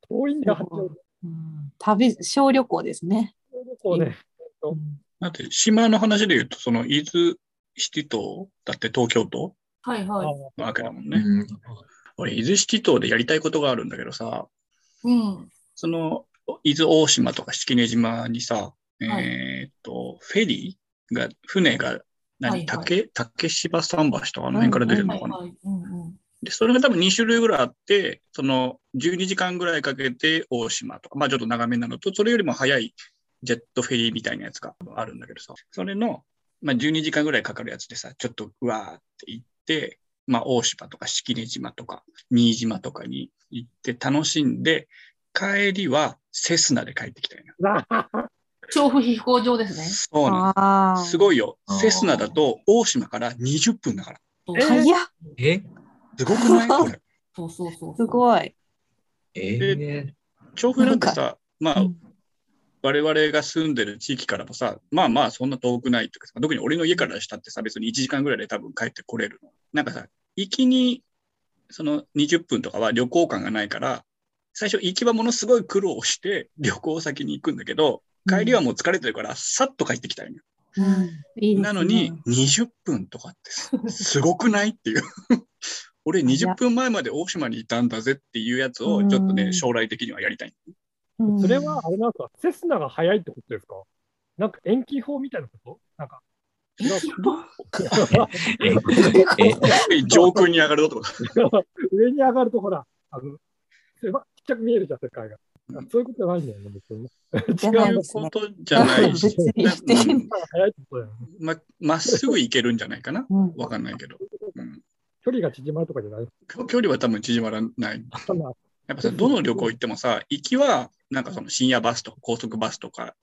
[SPEAKER 4] 遠いんだよ、八王子
[SPEAKER 2] うん、旅、小旅行ですね。
[SPEAKER 4] 旅行ね。う
[SPEAKER 3] だって、島の話で言うと、その、伊豆七島だって東京都
[SPEAKER 5] はい
[SPEAKER 4] あ
[SPEAKER 5] はい。
[SPEAKER 3] なわけだもんね。
[SPEAKER 1] うん
[SPEAKER 3] 俺、伊豆七島でやりたいことがあるんだけどさ、
[SPEAKER 5] うん。
[SPEAKER 3] その、伊豆大島とか式根島にさ、
[SPEAKER 5] はい
[SPEAKER 3] えーっと、フェリーが、船が、何、
[SPEAKER 5] はいはい
[SPEAKER 3] 竹、竹芝桟橋とかあの辺から出てるのかな、
[SPEAKER 5] はいはい。うんうん。
[SPEAKER 3] で、それが多分2種類ぐらいあって、その、12時間ぐらいかけて大島とか、まあちょっと長めなのと、それよりも早いジェットフェリーみたいなやつがあるんだけどさ、それの、まあ12時間ぐらいかかるやつでさ、ちょっとうわーって行って、まあ大島とか式根島とか、新島とかに行って楽しんで、帰りはセスナで帰ってきたよな。
[SPEAKER 4] な
[SPEAKER 5] 調布飛行場ですね。
[SPEAKER 3] そうな
[SPEAKER 2] あ
[SPEAKER 3] の。
[SPEAKER 2] あ。
[SPEAKER 3] すごいよ
[SPEAKER 1] あー。
[SPEAKER 3] セスナだと大島から20分だから。
[SPEAKER 2] 早っ。
[SPEAKER 1] え
[SPEAKER 3] すごくないこれ。
[SPEAKER 5] そうそうそう。
[SPEAKER 2] すごい。
[SPEAKER 1] え
[SPEAKER 3] 調布なんてさ、まあ
[SPEAKER 2] うん
[SPEAKER 3] 我々が住んでる地域からもさ、まあまあそんな遠くないっていうかさ、特に俺の家からしたってさ、別に1時間ぐらいで多分帰ってこれるの。なんかさ、行きにその20分とかは旅行感がないから、最初行きはものすごい苦労して旅行先に行くんだけど、帰りはもう疲れてるから、さっと帰ってきたいのよ。
[SPEAKER 2] うん。いいですね
[SPEAKER 3] なのに、20分とかってすすごくないっていう。 俺20分前まで大島にいたんだぜっていうやつをちょっと
[SPEAKER 2] う
[SPEAKER 3] ね、
[SPEAKER 2] ん
[SPEAKER 3] 将来的にはやりたい。
[SPEAKER 2] うん
[SPEAKER 4] それは、あれなんですか、セスナが早いってことですかなんか延期法みたいなことなんか、違う
[SPEAKER 1] ー、ええ
[SPEAKER 3] 上空に上がるぞってこと
[SPEAKER 4] 上に上がるとほら、あの、狭ちっちゃく見えるじゃん、世界が。あそういうことじゃないんだよね、別にね。
[SPEAKER 2] じゃ
[SPEAKER 3] そ
[SPEAKER 2] ない
[SPEAKER 3] うい
[SPEAKER 2] で
[SPEAKER 3] う
[SPEAKER 2] す
[SPEAKER 3] こ
[SPEAKER 2] ね。
[SPEAKER 3] とじゃない
[SPEAKER 2] 別
[SPEAKER 3] し、
[SPEAKER 2] に否定
[SPEAKER 3] うん
[SPEAKER 4] 早いってことだよね。
[SPEAKER 3] ままっすぐ行けるんじゃないかな
[SPEAKER 2] うん
[SPEAKER 3] わかんないけど、うん
[SPEAKER 4] 距離が縮まるとかじゃない。
[SPEAKER 3] 距距離は多分縮まらない。
[SPEAKER 4] そんな
[SPEAKER 3] やっぱさ、どの旅行行ってもさ、行きはなんかその深夜バスとか高速バスとか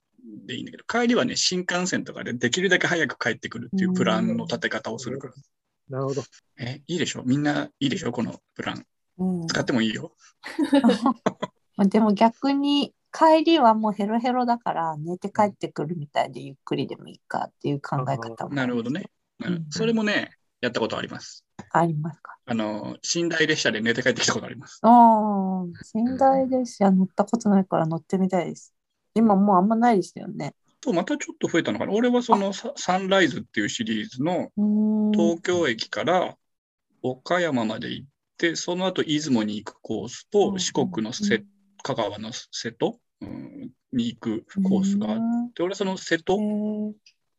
[SPEAKER 3] でいいんだけど、帰りはね、新幹線とかでできるだけ早く帰ってくるっていうプランの立て方をするから。
[SPEAKER 4] なるほど。
[SPEAKER 3] え、いいでしょみんないいでしょこのプラン。
[SPEAKER 2] うん
[SPEAKER 3] 使ってもいいよ。
[SPEAKER 2] まあでも逆に帰りはもうヘロヘロだから寝て帰ってくるみたいでゆっくりでもいいかっていう考え方も
[SPEAKER 3] なるほどね。うん
[SPEAKER 2] うん
[SPEAKER 3] それもね、やったことあります。
[SPEAKER 2] ありますか。
[SPEAKER 3] あの、寝台列車で寝て帰ってきたことあります。
[SPEAKER 2] ああ、寝台列車乗ったことないから乗ってみたいです。今もうあんまないですよね。
[SPEAKER 3] とまたちょっと増えたのかな。俺はそのササンライズっていうシリーズの東京駅から岡山まで行って、その後出雲に行くコース
[SPEAKER 2] う
[SPEAKER 3] と
[SPEAKER 2] ん
[SPEAKER 3] 四国のせ香川の瀬戸、うんに行くコースがあって、俺はその瀬戸、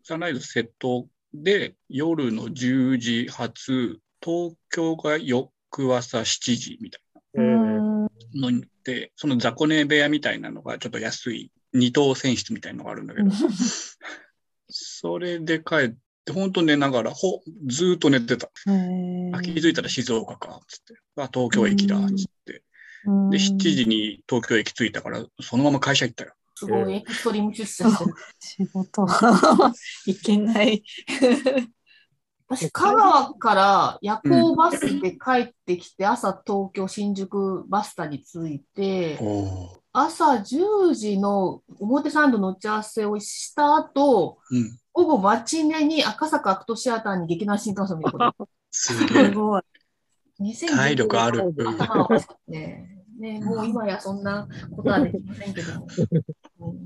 [SPEAKER 3] サンライズ瀬戸で夜の10時発、東京が翌朝7時みたい
[SPEAKER 4] えー
[SPEAKER 3] なのに行って、その雑魚寝部屋みたいなのがちょっと安い二等船室みたいなのがあるんだ けど、それで帰って、本当寝ながら、ほずーっと寝てた。あ気づいたら静岡か、つって。あ、東京駅だ、つって。で、7時に東京駅着いたから、そのまま会社行ったよ。
[SPEAKER 5] すごいエクストリーム出社してる。
[SPEAKER 2] 仕事 いけない。
[SPEAKER 5] 私、香川から夜行バスで帰ってきて、朝東京、新宿バスタに着いて、朝10時の表参道の打ち合わせをした後、
[SPEAKER 3] うん。
[SPEAKER 5] 午後待ち寝に赤坂アクトシアターに劇団新幹線を見ること。
[SPEAKER 3] す げ
[SPEAKER 2] す
[SPEAKER 3] え。
[SPEAKER 2] ごい。
[SPEAKER 5] 2019
[SPEAKER 3] 体力ある。
[SPEAKER 5] 頭がおかしくて、ね、もう今やそんなことはできませんけども、うん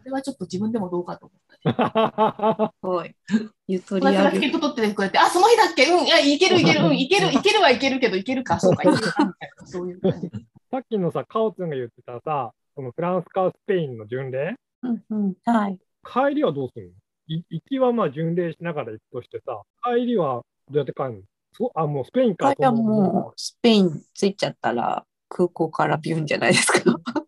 [SPEAKER 5] それはちょっと自分でもどうかと思った。
[SPEAKER 2] すごい。ゆと
[SPEAKER 5] この
[SPEAKER 2] り
[SPEAKER 5] 間
[SPEAKER 2] あ
[SPEAKER 5] からチケ
[SPEAKER 2] る。
[SPEAKER 5] ット取ってくれて、あ、その日だっけうん、いや、いけるいける、うん、いける、いけるはいけるけど、いけるか、そうか、いけるか、みたいな、そういう感じ。
[SPEAKER 4] さっきのさ、カオツンが言ってたさ、そのフランスかスペインの巡礼、
[SPEAKER 2] うんうん。はい。
[SPEAKER 4] 帰りはどうするのい行きはまあ巡礼しながら行くとしてさ、帰りはどうやって帰るのそうあ、もうスペインか。
[SPEAKER 2] これは
[SPEAKER 4] その
[SPEAKER 2] もうスペイン着いちゃったら空港からビュンじゃないですか。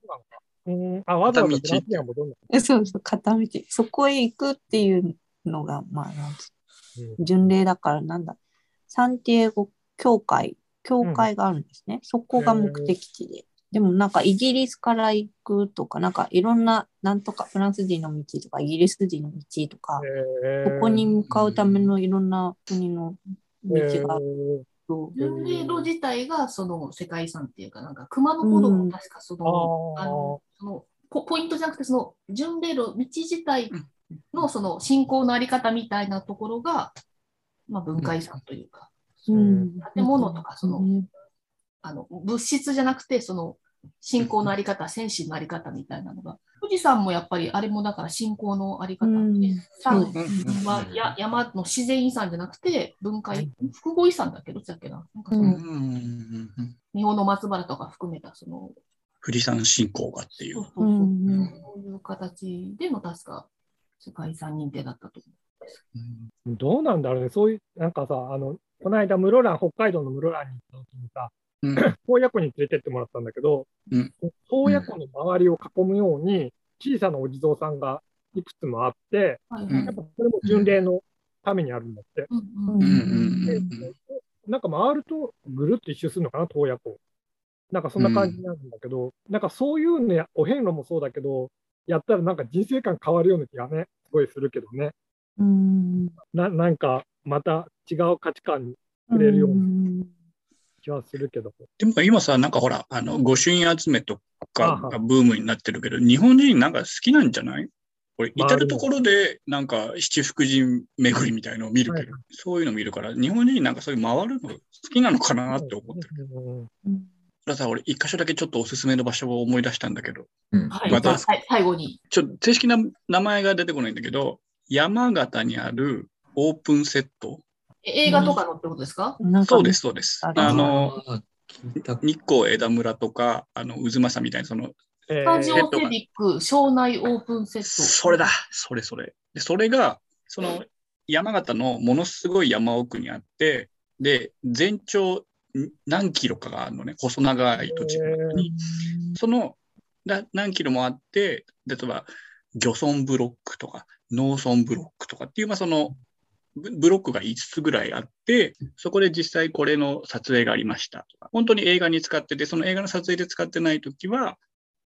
[SPEAKER 4] うん、あ、わざわざフランスには戻んない。
[SPEAKER 2] そうそう、片道。そこへ行くっていうのが、まあ、なんつ
[SPEAKER 4] う
[SPEAKER 2] 巡礼だからなんだ。サンティエゴ教会、教会があるんですね。そこが目的地で。でもなんかイギリスから行くとか、なんかいろんな、なんとかフランス人の道とか、イギリス人の道とか、
[SPEAKER 4] え
[SPEAKER 2] ここに向かうためのいろんな国の道がある
[SPEAKER 4] えー
[SPEAKER 2] と、
[SPEAKER 5] 巡礼路自体が、その世界遺産っていうか、なんか、熊野古道も確かその、あの、そのポ、ポイントじゃなくて、その、巡礼路、道自体の、その、信仰のあり方みたいなところが、まあ、文化遺産というか、
[SPEAKER 2] うん
[SPEAKER 5] 建物とかその
[SPEAKER 2] ね
[SPEAKER 5] あの物質じゃなくてその信仰のあり方、戦士のあり方みたいなのが富士山もやっぱりあれもだから信仰のあり方、
[SPEAKER 2] うん
[SPEAKER 5] 富士山
[SPEAKER 3] うん
[SPEAKER 5] はや山の自然遺産じゃなくて文化遺複合遺産だっけどっちだっけななんかその、
[SPEAKER 2] う
[SPEAKER 3] うんうんうん
[SPEAKER 5] 日本の松原とか含めたその
[SPEAKER 3] 富士山信仰がっていう
[SPEAKER 5] そう。
[SPEAKER 2] う
[SPEAKER 5] そうそうん
[SPEAKER 2] うん
[SPEAKER 5] そういう形での確か世界遺産認定だったと
[SPEAKER 4] どうなんだろうね、そういう、なんかさ、あの、この間、室蘭、北海道の室蘭に行った時にさ、
[SPEAKER 3] うん
[SPEAKER 4] 洞爺湖に連れてってもらったんだけど
[SPEAKER 3] うん、
[SPEAKER 4] 洞爺湖の周りを囲むように、小さなお地蔵さんがいくつもあって、
[SPEAKER 5] 思う。
[SPEAKER 3] ん
[SPEAKER 5] は
[SPEAKER 4] や
[SPEAKER 5] い
[SPEAKER 4] っぱそれも巡礼のためにあるんだって。
[SPEAKER 5] うんう
[SPEAKER 2] う
[SPEAKER 3] うん
[SPEAKER 5] ん
[SPEAKER 3] ん
[SPEAKER 5] う
[SPEAKER 3] うんん
[SPEAKER 4] なんか回ると、ぐるっと一周するのかな、洞爺湖。なんかそんな感じになるんだけど、なんかそういうね、お遍路もそうだけど、やったらなんか人生観変わるような気がね、すごいするけどね。
[SPEAKER 2] うん
[SPEAKER 4] ななんか、また違う価値観に触れるような
[SPEAKER 2] うん
[SPEAKER 4] 気はするけど。
[SPEAKER 3] でも今さ、なんかほら、あの、御朱印集めとか
[SPEAKER 4] あは
[SPEAKER 3] がブームになってるけど、日本人なんか好きなんじゃないこれ、
[SPEAKER 4] まあ
[SPEAKER 3] 至るところで、なんか七福神巡りみたいのを見るけど、そういうの見るから、日本人なんかそういう回るの好きなのかなって思ってる。
[SPEAKER 4] うん
[SPEAKER 2] うん
[SPEAKER 3] たださ、俺、一箇所だけちょっとおすすめの場所を思い出したんだけど、
[SPEAKER 1] うん
[SPEAKER 5] はい、
[SPEAKER 3] また
[SPEAKER 5] じゃあさい最後に。
[SPEAKER 3] ちょっと正式な名前が出てこないんだけど、山形にあるオープンセット。
[SPEAKER 5] え映画とかのってことですか、
[SPEAKER 2] なんか
[SPEAKER 3] そうです、そうです。
[SPEAKER 2] あ
[SPEAKER 3] あ
[SPEAKER 2] れ
[SPEAKER 3] の、
[SPEAKER 1] あー聞いた
[SPEAKER 3] 日光枝村とか、あの、渦政みたいな、その、
[SPEAKER 4] えー
[SPEAKER 5] スタジオセディック庄内オープンセット。
[SPEAKER 3] それだ、それそれ。で、それが、その山形のものすごい山奥にあって、で、全長ん何キロかがあるのね、細長い土地の中に。そのな何キロもあって、例えば漁村ブロックとか農村ブロックとかっていう、まあ、そのブブロックが5つぐらいあって、そこで実際これの撮影がありましたとか、本当に映画に使ってて、その映画の撮影で使ってないときは、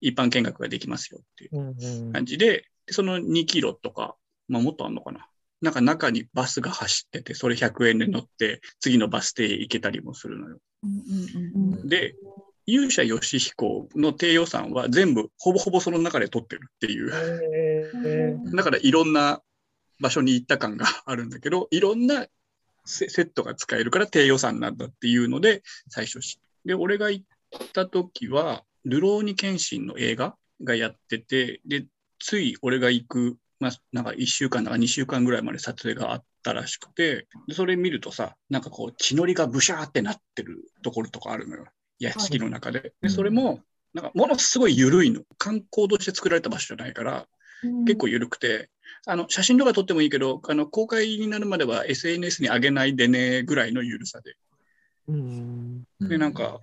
[SPEAKER 3] 一般見学ができますよっていう。
[SPEAKER 4] うんうん
[SPEAKER 3] 感じで、でその2キロとか、まあ、もっとあるのかな。なんか中にバスが走ってて、それ100円で乗って、次のバス停行けたりもするのよ。
[SPEAKER 5] うんうんうんうん
[SPEAKER 3] で、勇者ヨシヒコの低予算は全部、ほぼほぼその中で撮ってるっていう。
[SPEAKER 4] えー
[SPEAKER 3] だからいろんな場所に行った感があるんだけど、い ろんなセセットが使えるから低予算なんだっていうので、最初知ってで、俺が行った時は、ルローニケンシンの映画がやってて、で、つい俺が行くまあ、なんか1週間とか2週間ぐらいまで撮影があったらしくて、でそれ見るとさ、なんかこう、血のりがブシャーってなってるところとかあるのよ、屋敷の中で。で、それも、なんかものすごい緩いの。観光として作られた場所じゃないから、結構緩くて、あの写真とか撮ってもいいけど、あの公開になるまでは SNS に上げないでねぐらいの緩さで。
[SPEAKER 4] うん。
[SPEAKER 3] で、なんか、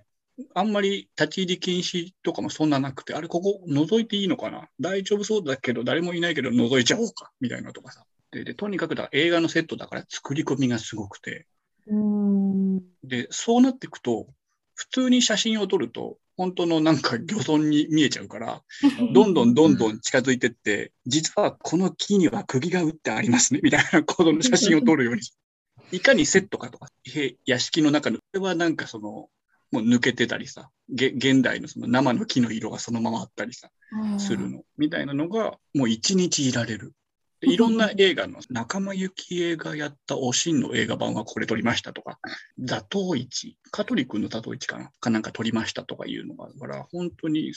[SPEAKER 3] あんまり立ち入り禁止とかもそんななくて、あれ、ここ覗いていいのかな大丈夫そうだけど、誰もいないけど覗いちゃおうかみたいなとかさ。で、でとにかくだ映画のセットだから作り込みがすごくて。
[SPEAKER 2] うん。
[SPEAKER 3] で、そうなっていくと、普通に写真を撮ると、本当のなんか漁村に見えちゃうから、どんどんどんどん近づいてって、実はこの木には釘が打ってありますね、みたいなことの写真を撮るように。いかにセットかとか、へ屋敷の中の、これはなんかその、もう抜けてたりさ、げ現代のその生の木の色がそのままあったりさ、するの、みたいなのが、もう一日いられる。でいろんな映画の、仲間由紀恵がやったおしんの映画版はこれ撮りましたとか、座頭市、香取君の座頭市かなかなんか撮りましたとかいうのがあるから、本当に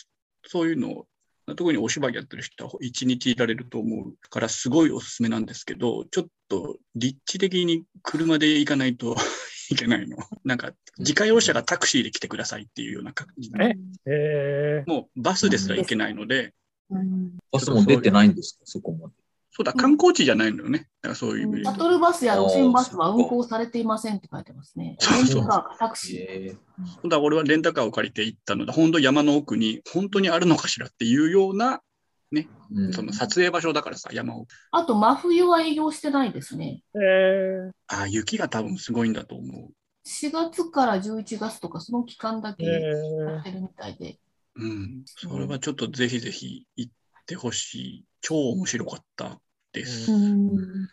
[SPEAKER 3] そういうのを、特にお芝居やってる人は一日いられると思うから、すごいおすすめなんですけど、ちょっと立地的に車で行かないと いけないの。なんか、自家用車がタクシーで来てくださいっていうような感じで、
[SPEAKER 4] ええー
[SPEAKER 3] もうバスですら行けないので、
[SPEAKER 5] うん
[SPEAKER 1] バスも出てないんですか、そこまで。
[SPEAKER 3] そうだ、観光地じゃないのよね。だからそういう意味で言
[SPEAKER 5] バ
[SPEAKER 3] う
[SPEAKER 5] ト
[SPEAKER 3] と。
[SPEAKER 5] ルバスや路線バスは運行されていませんって書いてますね。
[SPEAKER 3] そうそう
[SPEAKER 5] レンタカーかタクシー。
[SPEAKER 1] え
[SPEAKER 3] だから俺はレンタカーを借りて行ったので、本当山の奥に本当にあるのかしらっていうような、
[SPEAKER 1] ー
[SPEAKER 3] その撮影場所だからさ、山奥。
[SPEAKER 5] あと、真冬は営業してないですね。
[SPEAKER 4] えー
[SPEAKER 3] ああ、雪が多分すごいんだと思
[SPEAKER 5] 4月から11月とか、その期間だけ
[SPEAKER 4] え
[SPEAKER 5] や
[SPEAKER 4] ー
[SPEAKER 5] ってるみたいで。
[SPEAKER 3] う。うん。それはちょっとぜひぜひ行ってほしい。超面白かったです。
[SPEAKER 5] うん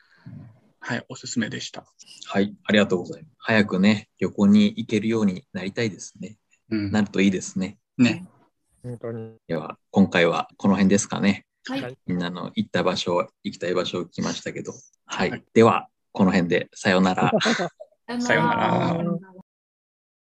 [SPEAKER 3] はい、おすすめでした。
[SPEAKER 1] はい、ありがとうございます。早くね、旅行に行けるようになりたいですね。
[SPEAKER 3] うん
[SPEAKER 1] なるといいですね。
[SPEAKER 3] ね。
[SPEAKER 4] 本当に。
[SPEAKER 1] では、今回はこの辺ですかね。
[SPEAKER 5] はい、
[SPEAKER 4] はい
[SPEAKER 1] みんなの行った場所、行きたい場所を聞きましたけど。はい。
[SPEAKER 3] はい
[SPEAKER 1] では、この辺でさようなら。
[SPEAKER 3] さようなら
[SPEAKER 5] さようなら。